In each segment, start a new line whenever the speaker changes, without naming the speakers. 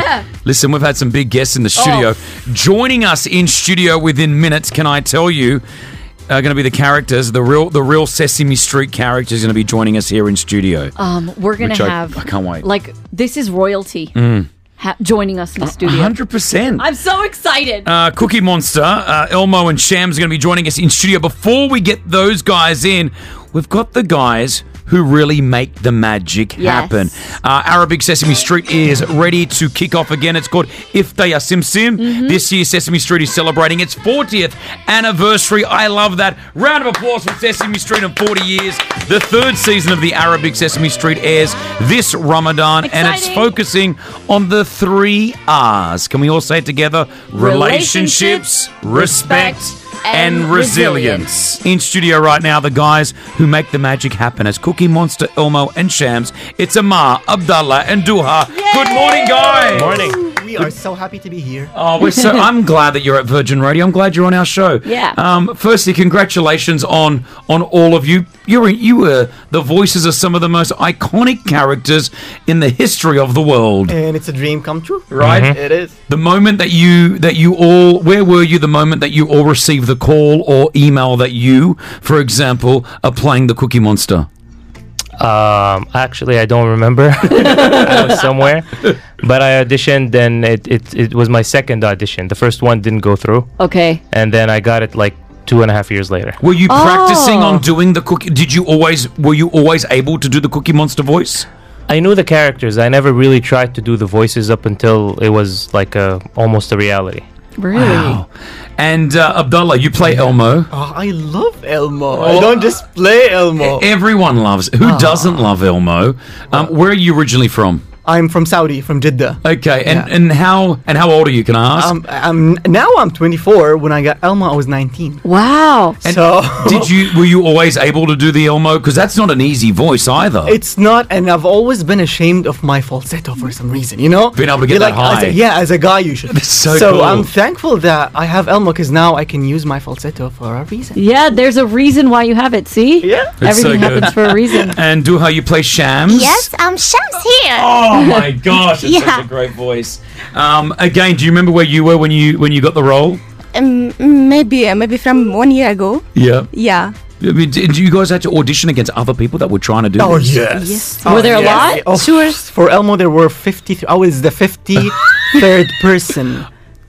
Yeah.
Listen, we've had some big guests in the studio. Joining us in studio within minutes, can I tell you, are going to be the characters, the real, the real Sesame Street characters, going to be joining us here in studio.
Um, we're gonna
Which I-
have.
I can't wait. Mm.
Like this is royalty ha- joining us in the studio.
Hundred percent.
I'm so excited.
Uh, Cookie Monster, uh, Elmo, and Shams are going to be joining us in studio. Before we get those guys in, we've got the guys who really make the magic
Yes.
happen. Uh, Arabic Sesame Street is ready to kick off again. It's called If They Are Sim Sim.
Mm-hmm.
This year, Sesame Street is celebrating its 40th anniversary. I love that. Round of applause for Sesame Street in 40 years. The third season of the Arabic Sesame Street airs this Ramadan, and it's
Exciting.
focused focusing on the three R's. Can we all say it together? Relationships,
Relationships,
respect,
respect,
and
and
resilience. In studio right now, the guys who make the magic happen as Cookie Monster, Elmo, and Shams. It's Amar, Abdullah, and Duha. Good morning, guys.
Morning.
We are so happy to be here.
Oh, we're so, I'm glad that you're at Virgin Radio. I'm glad you're on our show.
Yeah.
Um, firstly, congratulations on on all of you. You're you were the voices of some of the most iconic characters in the history of the world.
And it's a dream come true.
Right.
It is.
The moment that you that you all where were you the moment that you all received the call or email that you, for example, are playing the Cookie Monster?
Um, actually, I don't remember. I was somewhere, but I auditioned, and it, it it was my second audition. The first one didn't go through,
okay.
and then I got it like two and a half years later.
Were you practicing
Oh.
on doing the cookie did you always were you always able to do the Cookie Monster voice?
I knew the characters. I never really tried to do the voices up until it was like a, almost a reality.
Really?
And uh, Abdullah, you play Elmo.
Oh, I love Elmo. I don't just play Elmo.
Everyone loves who doesn't love Elmo? Um, where are you originally from?
I'm from Saudi, from Jeddah.
Okay, and,
Yeah.
and how and how old are you? Can I ask?
Um, I'm now I'm 24. When I got Elmo, I was 19.
Wow.
so
Did you were you always able to do the Elmo? Because that's not an easy voice either.
it's not, and I've always been ashamed of my falsetto for some reason. You know,
Being able to get
You're
that
like, as a-
high.
yeah, as a guy, you should.
That's so cool.
I'm thankful that I have Elmo because now I can use my falsetto for a reason.
Yeah, there's a reason why you have it. See?
Yeah.
It's so
Everything
good.
happens for a reason.
And Duha, you play Shams.
Yes, um, Sham's here.
Oh my gosh, it's
Yeah.
such a great voice. Um, again, do you remember where you were when you when you got the role?
Um, maybe, maybe from one year ago.
Yeah.
Yeah.
I mean, did you guys had to audition against other people that were trying to do
Oh
this?
yes.
Were there a lot?
Oh, For Elmo, there were 53. I was the 53rd person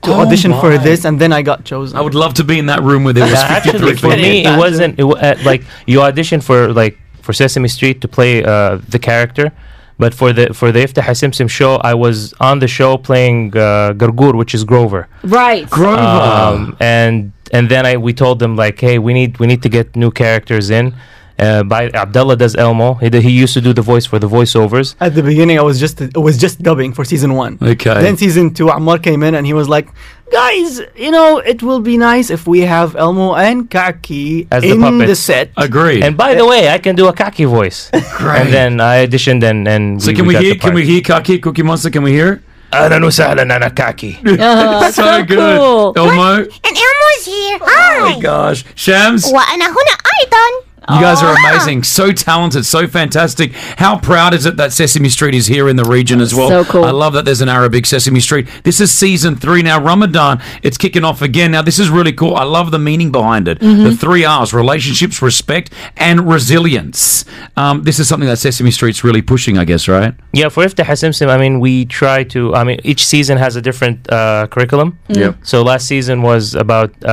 to
Oh
audition for
my.
this, and then I got chosen.
I would love to be in that room where there was
Yeah, actually,
53
for
people.
me, it wasn't. It, wa- uh, like you auditioned for like for Sesame Street to play uh, the character, but for the for the Iftah Simsim show, I was on the show playing uh, Gargur, which is Grover.
Right.
Grover.
Um, and and then I we told them like, hey, we need we need to get new characters in. Uh, by Abdullah does Elmo. He, d- he used to do the voice for the voiceovers.
At the beginning, I was just it was just dubbing for season one.
Okay.
Then season two, Ammar came in and he was like, "Guys, you know, it will be nice if we have Elmo and Kaki
As the
in the,
puppets.
set."
Agreed.
And by the way, I can do a cocky voice.
Great.
And then I auditioned and and
so can we
got the
hear? Can
part.
we hear Kaki Cookie Monster? Can we hear?
أهلاً وسهلاً أنا كاكي.
Uh,
So, good.
cool.
Elmo.
And Elmo's here.
Oh my
Hi.
gosh. Shams.
وأنا هنا أيضا.
You guys
Ah.
are
Ah.
amazing, so talented, so fantastic. How proud is it that Sesame Street is here in the region as well?
So cool.
I love that there's an Arabic Sesame Street. This is season three now. Ramadan, it's kicking off again. Now, this is really cool. I love the meaning behind it.
Mm-hmm.
The three R's relationships, respect, and resilience. Um, this is something that Sesame Street's really pushing, I guess, right?
Yeah, for Iftah Simsim, I mean, we try to. I mean, each season has a different uh, curriculum.
Yep.
So last season was about uh,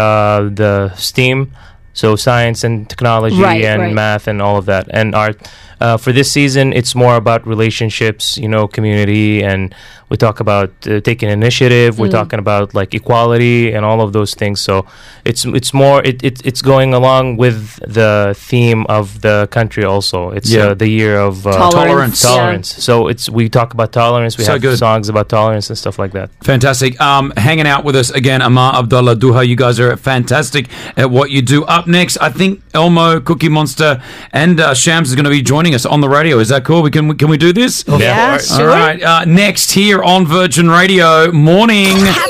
the STEAM, so science and technology
Right,
and
right.
math and all of that and art. Uh, for this season, it's more about relationships, you know, community, and we talk about uh, taking initiative. We're
Mm.
talking about like equality and all of those things. So it's it's more it, it it's going along with the theme of the country. Also, it's
Yeah.
uh, the year of uh,
Tolerance.
Tolerance.
tolerance. So it's we talk about tolerance. We
So
have
good.
songs about tolerance and stuff like that.
Fantastic. Um, hanging out with us again, Amar Abdullah Duha. You guys are fantastic at what you do. Up next, I think Elmo, Cookie Monster, and uh, Shams is going to be joining us on the radio. Is that cool? We can we,
Oh,
can we do this?
Yeah.
All right. Uh, next here on Virgin Radio, morning.